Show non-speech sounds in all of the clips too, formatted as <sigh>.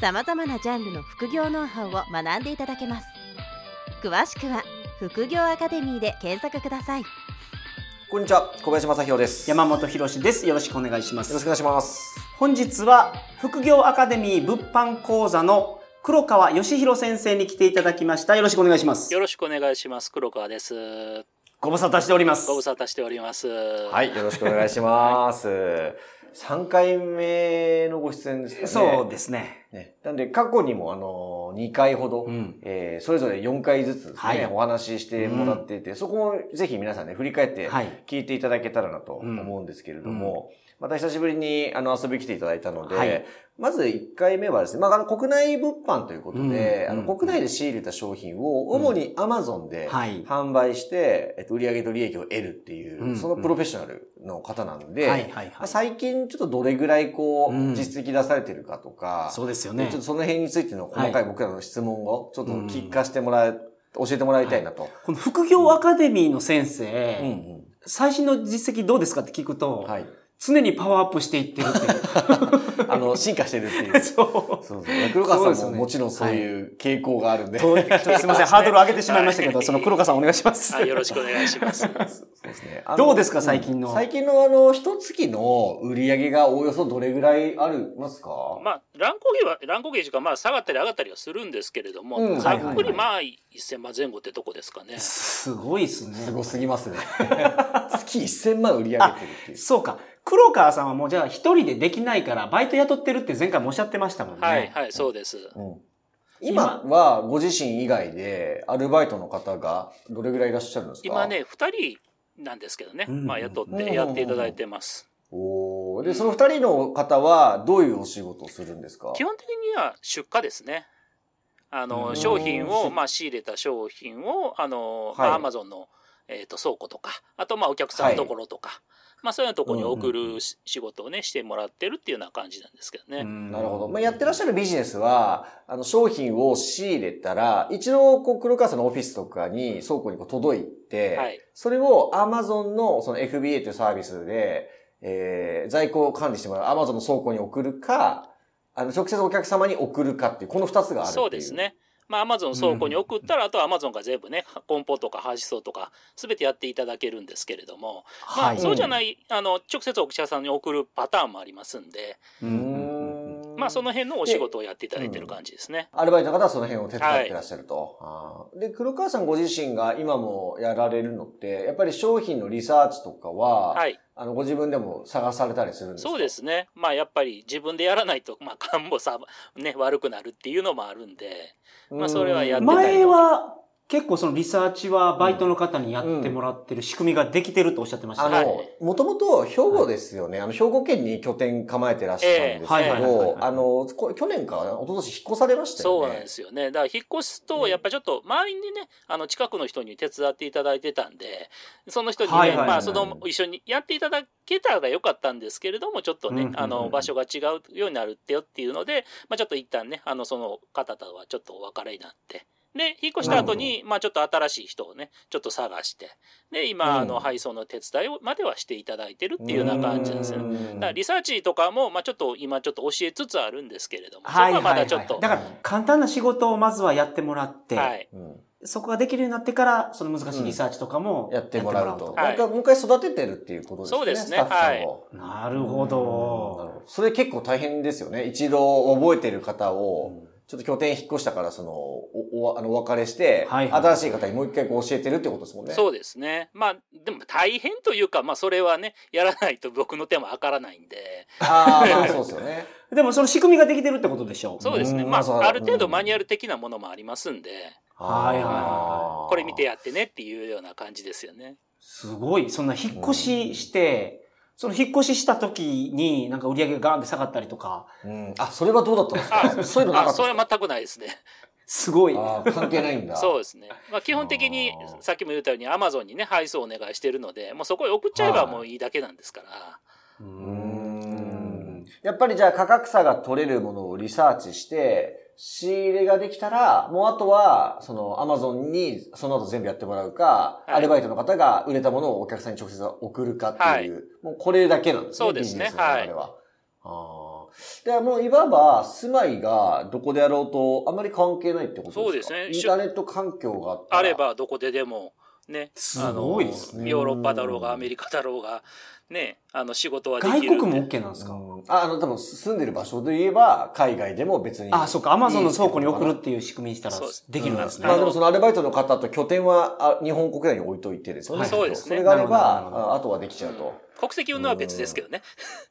さまざまなジャンルの副業ノウハウを学んでいただけます詳しくは「副業アカデミー」で検索くださいこんにちは、小林正弘です。山よ本博史です。よろしくお願いしまろしくすお。願いします。本日は副業アカデミー物販講座の黒川義弘先生に来ていただきました。よろしくお願いしますよ。ろしくお願いします。黒川です。ご無沙汰しております。ご無沙汰しております。は。はいい、よろしくお願いします。三回目のご出演ですかね。そうですね。ね。なんで、過去にも、あの、二回ほど、うんえーそれぞれ四回ずつですね、はいお話ししてもらっていて、そこをぜひ皆さんね、振り返って、はい。聞いていただけたらなとうん思うんですけれども、また久しぶりにあの遊びに来ていただいたので、はいまず1回目はですね、まあ、あの国内物販ということで、うんあの国内で仕入れた商品を主に Amazon ではい販売して、えっと、売上と利益を得るっていう、うんそのプロフェッショナルの方なんで、はいはいまはあい。最近ちょっとどれぐらいこう、うん実績出されてるかとか、そうですよちょねっと。その辺についての細かはい僕らの質問をちょっと聞かせてもらえ、教えてもらいたいなと。この副業アカデミーの先生、うん最新の実績どうですかって聞くと、うん。はい。常にパワーアップしていってるってあ <laughs> の、進化してるっていいうう。。そう。そうそう。黒川そさうんですよもねもちろんそういう傾向があるんで。と <laughs> ちょっとすみません、ハードル上げてしまいましたけど、はいその黒川さんお願いします。よろしくお願い <laughs> します。 <laughs> そうですね。あのどうですか、最近の。最近のあの、一月の売り上げがおおよそどれぐらいありますかまあ、乱高下は、乱高下時間、まあ、下がったり上がったりはするんですけれども、うんざっはいくはいり、まあ、1000万前後ってとこですかね。すごいですね。すごすぎますね。 <laughs> 月1000万売り上げてるっていう。そうか。黒川さんはもうじゃあ一人でできないからバイト雇ってるって前回もおっしゃってましたもんね。はい、はい、そうです。うん今はご自身以外でアルバイトの方がどれぐらいいらっしゃるんですか今。ね、2人なんですけどね、うんまあ、雇ってやっていただいてます。おーで、その二人の方はどういうお仕事をするんですか基本的には出荷ですね。あうんの、商品出を、荷まあ、仕入れた商品を、あはの、いまあアマゾンの、えっ、と、倉庫とか、あと、まあ、お客さんのところとか、まあ、そういうところに送うんうんうるし仕事をね、してもらってるっていうような感じなんですけどね。なるほど。まあ、あやってらっしゃるビジネスは、あの、商品を仕入れたら、一度、こう、黒川さんのオフィスとかに倉庫にこう届いて、はいそれを Amazon のその FBA というサービスで、えー、在庫を管理してもらう Amazon の倉庫に送るか、あの、直接お客様に送るかっていう、この二つがあるっていう。そうです。ね。まあ、アマゾン倉庫に送ったら、あとはアマゾンが全部ね、梱包とか配送とか、すべてやっていただけるんですけれども、まあ、はい。そうじゃない、あの、直接お客さんに送るパターンもありますんで、う。うんん。まあ、その辺のお仕事をやっていただいてる感じですね。アルバイトの方はその辺を手伝ってらっしゃると。あーで、黒川さんご自身が今もやられるのって、やっぱり商品のリサーチとかは、はい。あの、ご自分でも探されたりするんですかそうですね。まあやっぱり自分でやらないと、まあ勘もさ、ね、悪くなるっていうのもあるんで、まあそれはやってたり前は結構そのリサーチはバイトの方にやってもらってる仕組みができてるとおっしゃってましたあね。はのい、もともと兵庫ですよね。あの、兵庫県に拠点構えてらっしゃるんですけええはいはいはいどは、いあの、こ去年かな、一昨年引っ越されましたよそうね。なんですよね。だから引っ越すと、やっぱりちょっと周りにね、あの近くの人に手伝っていただいてたんで、その人にね、はいはいはいまあその一緒にやっていただけたらよかったんですけれども、ちょっとね、うんうんうんあの場所が違うようになるってよっていうので、まあちょっと一旦ね、あのその方とはちょっとお別れになって。で、引っ越した後に、まあちょっと新しい人をね、ちょっと探して、で、今、あうの、ん配送の手伝いをまではしていただいてるっていうような感じなんですよね。ねだからリサーチとかも、まあ、ちょっと今ちょっと教えつつあるんですけれども、はいはそこいはまはだい。ちょっと、だから簡単な仕事をまずはやってもらって、はい、うんそこができるようになってから、その難しいリサーチとかもやってもらうと。はいなんか、もう一回育ててるっていうことですね。そうですねスタッフさんを。なるほうんなるど。ほそれ結構大変ですよね。一度覚えてる方を、ちょっと拠点引っ越したから、その、お、お、あの、お別れして、はいはい新しい方にもう一回こう教えてるってことですもんね。そうですね。まあ、でも大変というか、まあ、それはね、やらないと僕の手もわからないんで、ああ、まあそうですよね。でもその仕組みができてるってことでしょそうですね。うんまそうだあ、ある程う度んマニュアル的なものもありますんで、はいはいはいあーこれ見てやってねっていうような感じですよね。すごい。そんな引っ越しして、その引っ越しした時になんか売り上げがガーンって下がったりとか、うん。あ、それはどうだったんですかあそういうのなかっあたそれんでは全くないですね。すごいす。かあー関係ないんだ。そうですね。まあ、基本的にあーさっきも言ったように Amazon にね配送お願いしてるので、もうそこへ送っちゃえばもういいだけなんですから。ううーん。やっぱりじゃあ価格差が取れるものをリサーチして、仕入れができたら、もうあとは、その、アマゾンにその後全部やってもらうか、はいアルバイトの方が売れたものをお客さんに直接送るかっていう、もうこれだけなんですね。そうですねビジネスの中では。あーではもういわば、住まいがどこであろうと、あまり関係ないってことですかそうですねインターネット環境があったらあれ。ばどこででもね、すあのごいですね。ねヨーロッパだろうがアメリカだろうがね、あの仕事はで外きるんで。国も OK なんですか、うんあ、あの、多分住んでる場所で言えば、海外でも別に。あ、そうか。アマゾンの倉庫に送いいるっっていう仕組みにしたらそうですできるんですねま。あでもそのアルバイトの方と拠点はあ日本国内に置いといてですよね。はいそうですねそれがあれなるほどなるほば、どああとはできちゃうと。国籍云々は別ですけどね。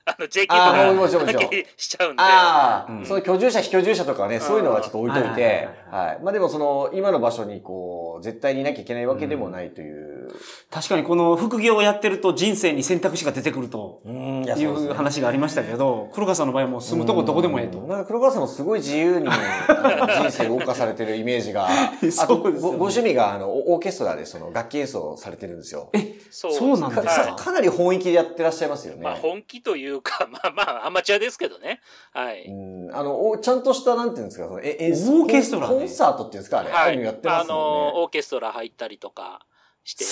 あの JK とあーあ、かもちろんもちろん関もちろん。係しちゃうんで。ああ、うんその居住者、非居住者とかね、そういうのはちょっと置いといて、うんはい。まあでもその、今の場所にこう、絶対にいなきゃいけないわけでもないという。確かにこの副業をやってると人生に選択肢が出てくるとうん、いいう話がありましたけど、黒川さんの場合はもう住むとこどこでもええと。なんか黒川さんもすごい自由 <laughs> にあの人生を謳歌されてるイメージが。あと、そうですよねごご趣味があの、オオーケストラでその楽器演奏されてるんですよ。そそうなんかですはいかかなり本意気でやってらっしゃいますよね。まあ本気というか、まあまあアマチュアですけどね。はい。うんあの、おちゃんとした、なんていうんですか、その、え、演オーケストラでコンコンサートっていうんですか、あれ。ああうのやってまあすもんの、ね。オーケストラ入ったりとかして、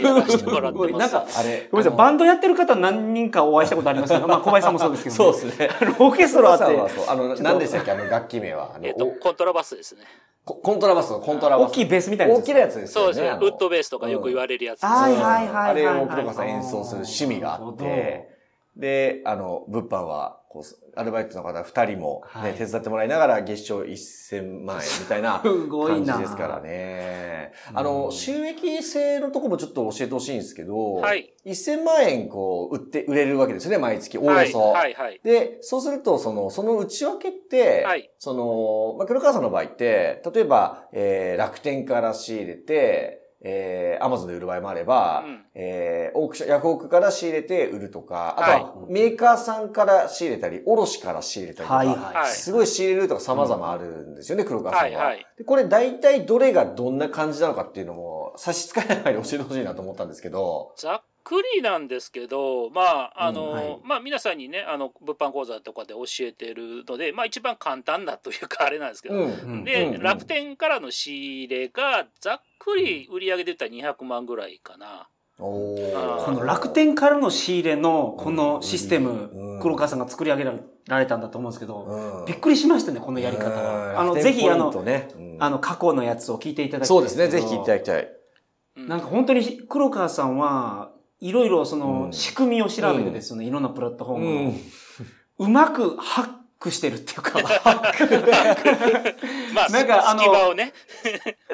やらせてもらってます。なんか、あれ。ごめんなさい、あバンドやってる方何人かお会いしたことありますけど、まあ小林さんもそうですけのど、そうですね。あのオーケストラっ黒川てさんはそう、あの、何でしたっけ、あの、楽器名は。あのえっと、おコントラバスですね。ココントラバス、コントラバ大ス。きいベースみたいな大きなやつですそうよね。ですね。あのウッドベースとかよく言われるやつですね。はいはいはいはいはいあれを黒川さん演奏する趣味があっなるて、で、あの、物販は、こう、アルバイトの方二人も、ねはい手伝ってもらいながら月賞1000万円みたいな <laughs> すごい感じな。ですからね。うんあの、収益性のとこもちょっと教えてほしいんですけど、はい1000万円こう、売って、売れるわけですよね、毎月、おおはよいそ。はいはい。で、そうすると、その、その内訳って、はいその、まあ、黒川さんの場合って、例えば、えー、楽天から仕入れて、えー、アマゾンで売る場合もあれば、うんえー、オークション、ヤフオクから仕入れて売るとか、あとは、はいメーカーさんから仕入れたり、卸から仕入れたりとか、はいはい。すごい仕入れるとか様々あるんですよね、黒川さはんいは。はい。で、これ大体どれがどんな感じなのかっていうのも差し支えないように教えてほしいなと思ったんですけど。ざっくりなんですけど、まあ、あの、うんはいまあ、皆さんにね、あの、物販講座とかで教えてるので、まあ、一番簡単なというか、あれなんですけど、うん。うんで、うんうん楽天からの仕入れが、ざっくり売り上げで言ったら200万ぐらいかな。おあーーこの楽天からの仕入れのこのシステうムん、黒川さんが作り上げられたんだと思うんですけど、うんびっくりしましたね、このやり方うんは。あの、楽ぜ天ひ、あポインの、トねうんあの、過去のやつを聞いていただきたい。そうですね、ぜひ聞いていただきたい。うんなんか本当に黒川さんは、いろいろそうんの仕組みを調べてですよね、いろんなプラットフォームの、うまくハックしてるっていうか、まあ、なんかあの隙間をね、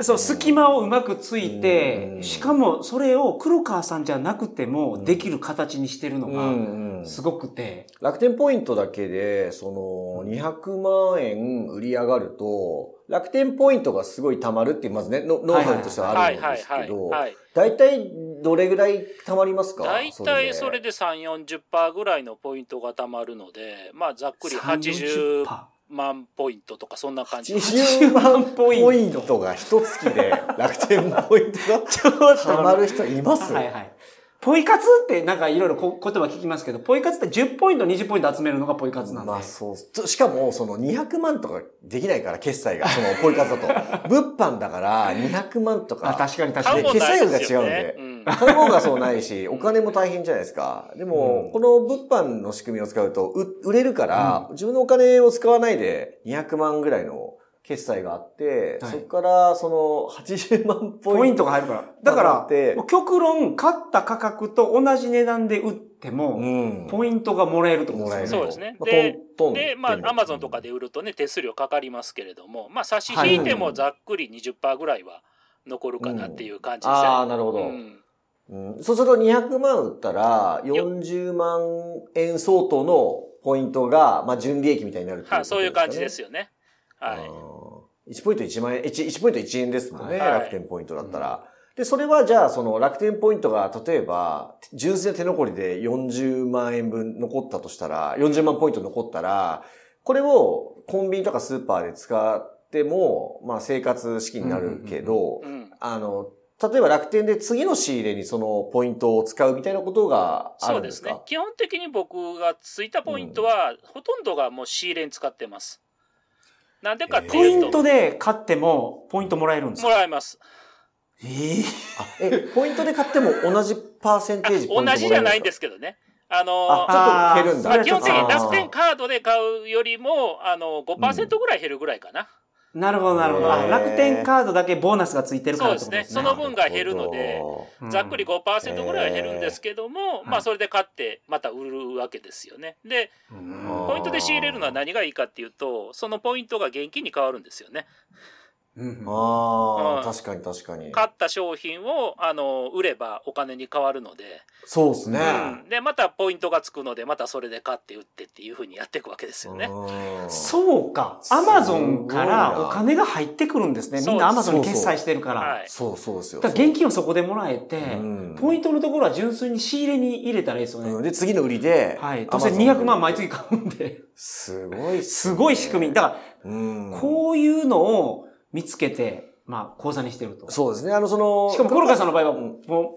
そう、隙間をうまくついてう、んしかもそれを黒川さんじゃなくてうんもできる形にしてるのうが、んうんすごくて、楽天ポイントだけで、その、200万円売り上がると、楽天ポイントがすごい貯まるっていう、まずね、ノノウハウとしてはあはるいんはでいすはけい。ど、はい。大体どれぐらい貯まりますか大体それで。で3、40%ぐらいのポイントがたまるので、まあ、ざっくり30 80パ万ポイントとか、そんな感じ。 20万ーポポイインント。トが一月で楽天ポイントが <laughs> ちょっと貯まる人いますはいはい。ポイ活ってなんかいろいろこ言葉聞きますけど、ポイ活って10ポイント、20ポイント集めるのがポイ活なんで。まあそうと。しかも、その200万とかできないから、決済が。その、ポイ活 <laughs> だと。物販だから、200万とあか。確かに確買かうにも。んないですよ決済ね力。がうん買う方がそうないし、お金も大変じゃないですか。でも、うんこの物販の仕組みを使うと、う売れるから、自分のお金を使わないで、200万ぐらいの決済があって、はいそこから、その、80万ポポイインントト。が入るから。だかでら、もう極論、買った価格と同じ値段で売っても、うんポイントがもらえるってこともでらえする。よね。そうですねまあでトントンで、まあ、アマゾンとかで。で売るとね、手数料かかりますけれども、まあ、差し引いてもざっくり20%ぐらいは残るかなっていう感じですね。ああ、なるほど。うんうんそうすると200万売ったら、40万円相当のポイントが、まあ、純利益みたいになるっていう、はい、そういう感じですよ。よね。はい。 1ポイント1万円、1, 1ポイント1円ですもんね、はい楽天ポイントだったら。で、それはじゃあ、その楽天ポイントが、例えば、純粋な手残りで40万円分残ったとしたら、40万ポイント残ったら、これをコンビニとかスーパーで使っても、まあ生活資金になるけどう、ん。あの、例えば楽天で次の仕入れにそのポイントを使うみたいなことがあそるうんでですすかね。基本的に僕がついたポイントは、ほとんどがもう仕入れに使ってます。なんでかってポイいうンと、トで買っても、ポイントもらえるんですもからえます。ええあえ、ポイントで買っても同じパーセンテあージポイントもらえる <laughs> 同じじゃないんですかすけどね。あのあ、ちょっと減るんだあーそれは基ちょっ本と的にあー楽天カードで買うよりも、あの、5%ぐらい減るぐらいかな。なるほど、なるほど。あへー楽天カードだけボーナスがついてるからってことですね。その分が減るのでうんざっくり5%ぐらいは減るんですけども、えーまはあいそれで買ってまた売るわけですよね。で、うんあポイントで仕入れるのは何がいいかっていうと、そのポイントが現金に変わるんですよね。うんああ、うん確かに確かに。買った商品をあの売ればお金に変わるので、そうですね。うんで、またポイントがつくので、またそれで買って売ってっていうふうにやっていくわけですよね。うんそうか。すごアいなマゾンからお金が入ってくるんですね。みんなアマゾンに決済してるから。はい。そうそうですよ。だから現金をそこでもらえて、うんポイントのところは純粋に仕入れに入れたらいいですよね。うんで、次の売りで。はい。当どうせ然200万毎。月買うんで。すごいっすね。すごい仕組み。だかうんら、こういうのを見つけて、まあ、口座にしてると。そうですね。あの、その。しかも、コロカさんの場合は、うんもう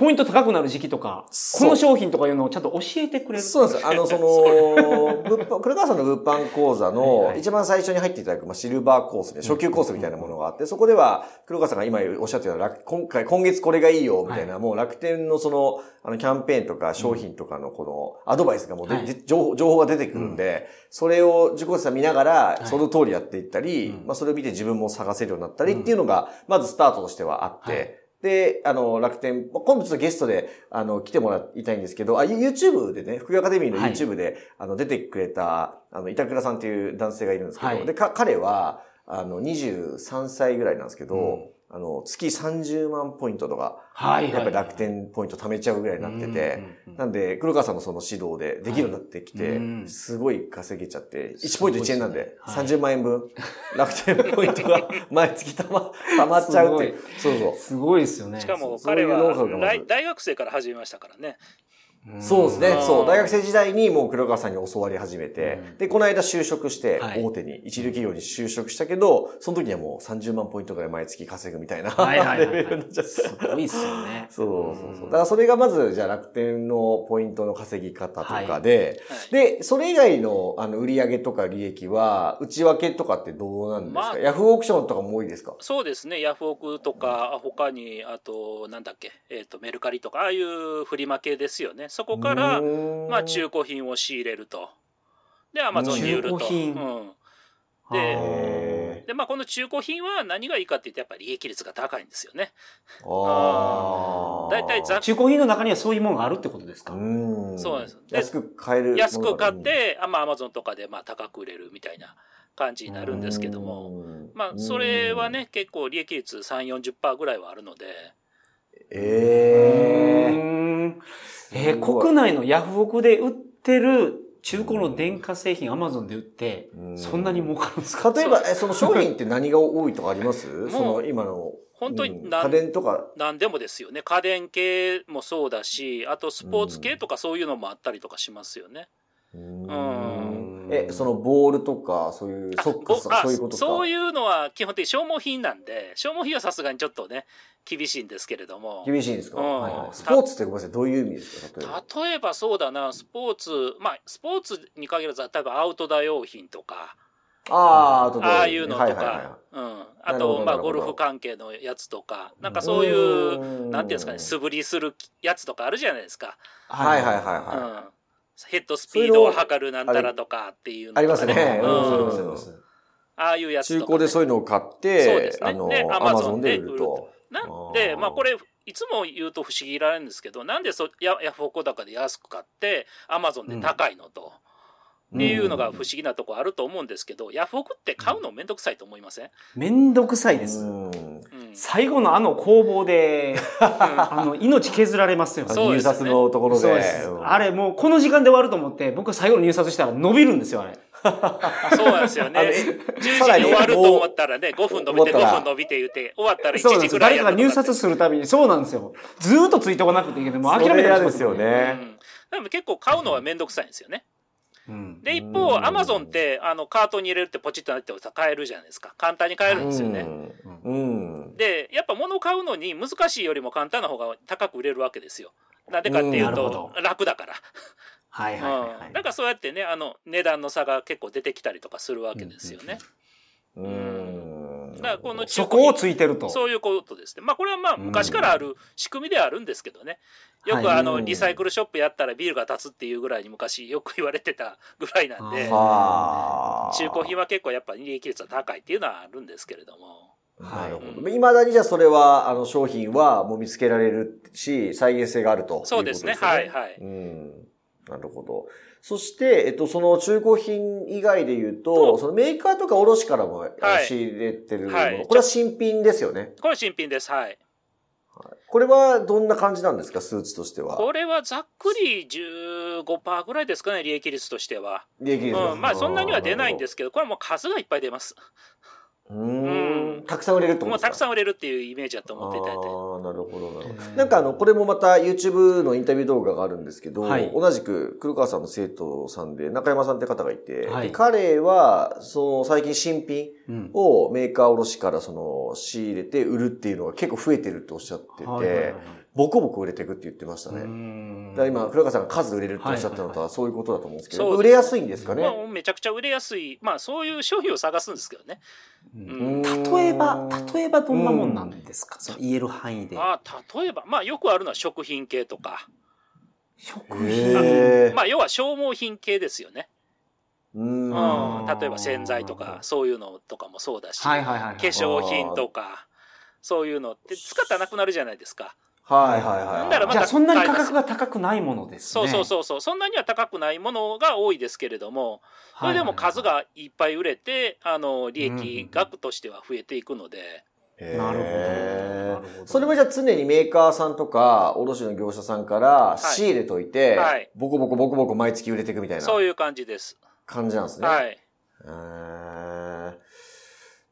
ポイント高くなる時期とか、そうこの商品とかいうのをちゃんと教えてくれる。そうなんですよ。あ <laughs> の、その、物販、黒川さんの物販講座はいのはい一番最初に入っていただく、まあ、シルバーコースで、初級コースみたいなものがあって、そこでは、黒川さんが今おっしゃってた楽、今回、今月これがいいよ、みたいな、もう楽天のその、あの、キャンペーンとか商品とかのこの、アドバイスがもうで、はいで情報、情報が出てくるんで、それを受講生さん見ながらい、その通りやっていったり、うんまあ、それを見て自分も探せるようになったりっていうのが、まずスタートとしてはあって、はいで、あの、楽天、まあ今度ちょっとゲストで、あの、来てもらいたいんですけど、あ、You- YouTube でね、福井アカデミーのはい YouTube で、あの、出てくれた、あの、板倉さんっていう男性がいるんですけど、はいで、か、彼は、あの、23歳ぐらいなんですけど、うんあの、月30万ポイントとか、はいはい。やっぱり楽天ポイント貯めちゃうぐらいになってて、うんうんなんで、黒川さんのその指導でできるようになってきはいて、うんすごい稼げちゃって、1ポイント1円なんで、すごいです30万円分、楽天ポイントが毎月たま、たまっちゃうっていう。そうそう。すごいですよね。しかもそう彼はそういうノウハウがまず大大学生から始めましたからね。んそうですね。んそう。大学生時代にもう黒川さんに教わり始めてう、んで、この間就職しては、い大手に、一流企業に就職したけど、その時にはもう30万ポイントぐらい毎月稼ぐみたいなはいは <laughs> レいはいはいベルになっちゃって。すごいですよね。そうそうそう。うだんからそれがまず、じゃあ楽天のポイントの稼ぎ方とかで、はいで、それ以外のあの売上とか利益は、内訳とかってどうなんですか、まあヤフーオークションとかも多いですかそうですね、ヤフオクとか、他に、あと、なんだっけ、えっ、と、メルカリとか、ああいうフリマ系ですよね。そこから、ままあ、中古品を仕入れると。で、アマゾンに売ると。中古品うん。あでーで、まあ、この中古品は何がいいかって言って、やっぱり利益率が高いんですよね。あーだいたいざ中古品の中にはそういうものがあるってことですか、うん。そうなんですで安く買える。安く買っ、て、あまあ、アマゾンとかで、まあ、高く売れるみたいな感じになあるんですけどうも。。んまあ、それは。ね、結構利益率3、40%ぐらいはあるので、ええうんえーすごい国内のヤフオクで売ってる中古の電化製品、アマゾンで売って、うんそんなに儲かるんですか例えば、えその商品って何が多いとかあります <laughs> うその今の。本当うにん何家電とか。何でもですよね家電系もそうだしあとスポーツ系とかそういうのもあったりとかしますよね、んえ、そのボールとか、そういうソックスとぼか、そういうことか。そういうのは基本的に消耗品なんで消耗品はさすがにちょっとね厳しいんですけれども厳しいんですか、うんはいはいスポーツってごめんなさい、どういう意味ですか例えば。例えばそうだなスポーツまあスポーツに限らず例えばアウトドア用品とかあーあとどう、ああいうのとか、はいはいはうん、あなるほどとまなあるほどゴルフ関係のやつとかなんかい、そういううなんていうんですかね素振りするやつとかあるじゃないですかはいはいはいうんはい。ヘッドスピードを測るなんたらとかっていうのとかありますね。ううんんありますありますああいうやつ中とかね、古でそういうのを買っそうでて、すねあので、ア Amazon マゾンで売ると。なんであーまあこれいつも言うと不思議られるんですけどなんでそヤヤフオク高で安く買ってアマゾンで高いのと、っていうのが不思議なとこあると思うんですけど、ヤフオクって買うのめんどくさいと思いません、めんどくさいです。うん。うん最後のあの工房で、<laughs> あの、命削られますよ。そう入札のところで。そうですうんあれもうこの時間で終わると思って、僕最後の入札したら伸びるんですよ、あれ。そうなんですよあのね。10時にさらに終わると思ったらね、5分伸び思って、たら5分伸びて言って、終わったら1そうなんで時すぐよ。ら誰いやかったがと入かって札するたびに、そうなんですよ。ずーっとついてこなくていけない。もう諦めそてれ嫌ほしいですよ。ね。うんでも結構買うのはめんどくさいんですよね。うん。で、一う方、んアマゾンって、あの、カートに入れるってポチッとなってさ買えるじゃないですか。簡単に買えるんですよね。うん。うん。で、やっぱ物を買うのに難しいよりも簡単な方が高く売れるわけですよ。なんでかっていううんなるほと、楽だから。はいはいはいはういん。だからそうやってね、あの、値段の差が結構出てきたりとかするわけですよね。うん。だからこの中そ古こをついてると。そういうことですね。まあこれはまあ昔からある仕組みではあるんですけどね。よくはいあの、うんリサイクルショップやったらビールが立つっていうぐらいに昔よく言われてたぐらいなんで、ははあ。中古品は結構やっぱ利益率は高いっていうのはあるんですけれども。なるほど。いまだにじゃあそれは、あの商品はもう見つけられるし、再現性があるということそうですね。はいはい。うん。なるほど。そして、えっと、その中古品以外で言うと、とそのメーカーとか卸からもあのはい仕入れてるもの、はいこれは新品ですよね。これ新品です。はい。これはどんな感じなんですか、数値としては。これはざっくり15%ぐらいですかね、利益率としては。利益率が。うん、まあそんなには出ないんですすけど、これはもう数がいっぱい出ます。うーうんん。たくさん売れるってこともでうすかたくさん売れるっていうイメージだと思っていただいあて。あ、なるほど、なるほどう。んなんかあの、これもまた YouTube のインタビュー動画があるんですけど、はい同じく黒川さんの生徒さんで、中山さんって方がいて、はいで彼は、その最近新品うん。をメーカー卸からその仕入れて売るっていうのが結構増えてるっておっしゃってて、はいはいはいボコボコ売れていくって言ってましたね。うんだから今、黒川さんが数売れるっておっしゃったのとはそういうことだと思うんですけど、そうです売れやすいんですかね。まあ、めちゃくちゃ売れやすい、まあ、そういう商品を探すんですけどね。うんうん例えば、例えばどんなもんなんですか、その言える範囲で。ああ例えば、まあ、よくあるのは食品系とか、食品。えまあ、要は消耗品系ですよね。ううんん、あー例えば洗剤とか、そういうのとかもそうだし、はいはいはいはい。化粧品とか、そういうのって使ったらなくなるじゃないですか。はいはいはなんい。だろうまじたゃあそんなに価格が高くないものですね。そうそうそうそう、そんなには高くないものが多いですけれども、そはいれはいはい。でも数がいっぱい売れて、あの、利益額としては増えていくので、へーなるほどなるほど。それもじゃあ常にメーカーさんとか、卸の業者さんからい仕入れといて、はいボコボコボコボコ毎月売れていくみたいなそういう感じです。感じなんですね。はい。へー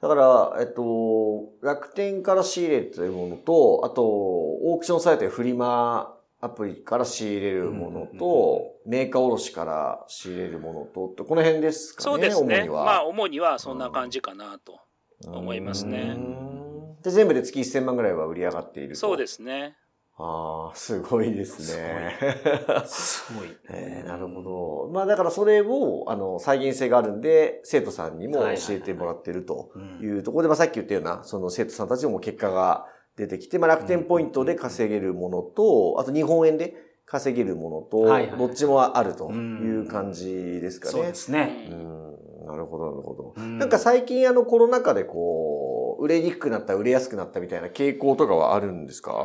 だから、えっと、楽天から仕入れというものと、あと、オークションサイトやフリマアプリから仕入れるものと、メーカー卸から仕入れるものと、ってこの辺ですかね、そうです主ね。には。まあ、主にはそんな感じかなと。思いますねうんで、全部で月1000万ぐらいは売り上がっていると。。そうですすね。ああ、すごいですね。すごい。 <laughs> えーなるほど。まあだからそれを、あの、再現性があるんで、生徒さんにも教えてもらってるとうん。いうところで、まあさっき言ったような、その生徒さんたちも結果が出てきて、まあ楽天ポイントで稼げるものと、あと日本円で稼げるもはのいと、はいどっちもあるという感じですかそうねで。すうね。うんん、なるほど、なるほど。ななんか、最近あのコロナ禍でこう、売れにくくなった、売れやすくなったみたいな傾向とかはあるんですかう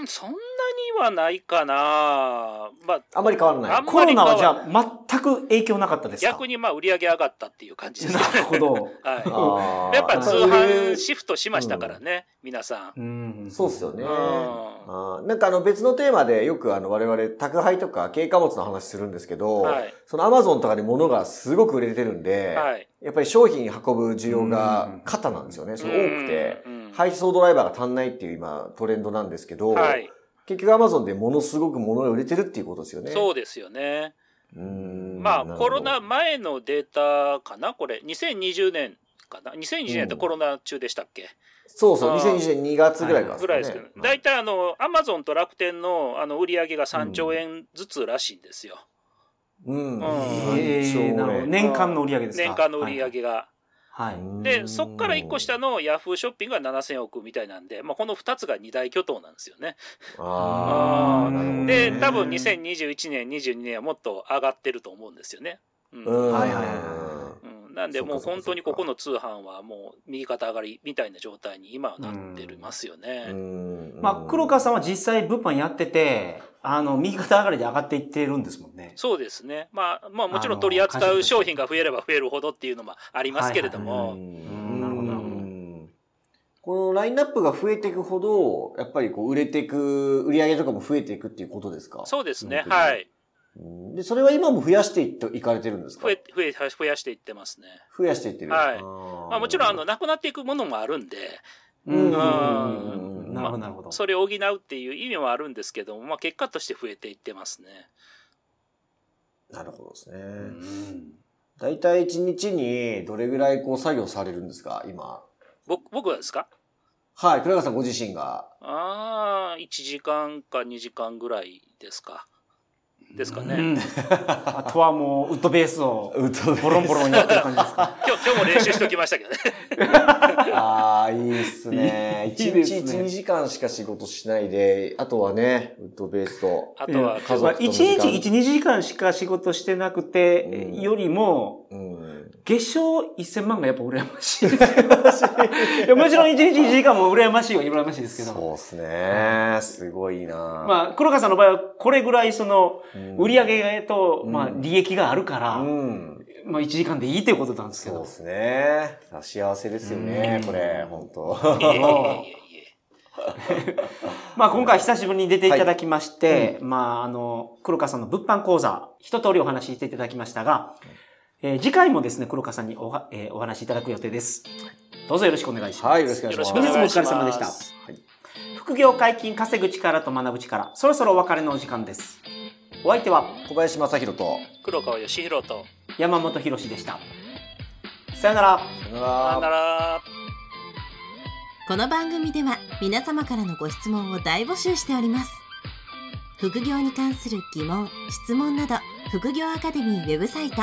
ーん、そんなにはないかな。まあ、あんまり変わらなあいん。コロナはじゃあ全く影響なかったですか逆にまあ売り上げ上がったっていう <laughs> 感じですね。なるほ <laughs> ど。はあーい。やっぱ通販シフトしまましたたからね、皆さん。うん。そうっすよね。うんあーなんかあの別のテーマでよくあの我々宅配とか軽貨物の話するんですけど、はい。そのアマゾンとかで物がすごく売れてるんで、はい。やっぱり商品運ぶ需要が肩なんですよね。その多くて。うん配送ドライバーが足んないっていう今トレンドなんですけど、はい。結局アマゾンでものすごく物が売れてるっていうことですよね。そうですよね。うーん。まあなるほどコロナ前のデータかな、これ。2020年かな。2020年ってコロナ中でしたっけ、そうそう、あー2020年2月ぐらいからぐらいですけど、大体あの、アマゾンと楽天のあの売り上げが3兆円ずつらしいんですよ。うん。えーなるほど年間の売り上げですか年間の売り上。げが。はいはい。で、そっから1個下の。のヤフーショッピングが7000億みたいなんで、まあ、この2つが2大巨頭なんですよね。あうあ、んなるほどね。で、多分2021年、22年はもっと上がってると思うんですよね。うんうんはいはいはうんなんで、もそっかうそっか本当にここの通販はもう右肩上がりみたいな状態に今はなってますようね。んまあ、黒川さんは実際物販やってて、あの、右肩上がりで上がっていってるんですもんね。そうですね。まあ、まあもちろあんの取り扱う商品が増えれば増えるほどっていうのもありますけれどはも、んなるほどなるほどうんこのラインナップが増えていくほど、やっぱりこう売れていく、売り上げとかも増えていくっていうことですかそうですね。基本的にはうい。んで、それは今も増やしていっていかれてるんですか増え増え増やしていってますね。増やしていってる。はいーまあ、もちろんあの、なくなっていくものもあるんで、うんうんなるほど、なるほど。それを補うっていう意味もあるんですけども、まあ、結果として増えていってますね。なるほどですね。うんだいたい1日にどれぐらいこう作業されるんですか今。僕僕はですかはい、倉川さんご自身が。ああ、1時間か2時間ぐらいですか。ですかうね。ん <laughs> あとはもう、ウッドベースをうとボロンボロンやってる感じですか。今日今日も練習しておきましたけ <laughs> どね。 <laughs> ああ、いいっすね。 <laughs> いい一ですね日一、二時間しか仕事しないで、あとはね、ウッドベースと。あとは、家族とまあ、の1時間日1、2時間しか仕事してなくて、うんよりも、うん。月賞1000万がやっぱ羨ましいですよ。いや <laughs> もちろん1日1時間も羨ましいは羨ましいですけど。そうっすね。すごいなまあ、まあ、黒川さんの場合は、これぐらいその、うん売り上。げと、うんまあ、利益があるから、うん。まあ、1時間でいいということなんですけそうどで。すね。幸せですよね、うんこれ、本 <laughs> 当いえいえいえいえまあ、今回久しぶりに出ていただきまして、まあ、あの、黒川さんの物販講座、一通りお話ししていただきましたが、えー次回もですね、黒川さんにおは、えーお話しいただく予定です。どうぞよろしくお願いします。はい、よろしくおよ願ろいししくおま願いす。し本日もお疲れます。様でしたはい副業解禁稼ぐ力と学ぶ力そろそろお別れのお時間ですお相手は小林正宏と。黒川義弘と、山本博史でしたさよならさよなさよなら。この番組では皆様からのご質問を大募集しております副業に関する疑問・質問など副業アカデミーウェブサイト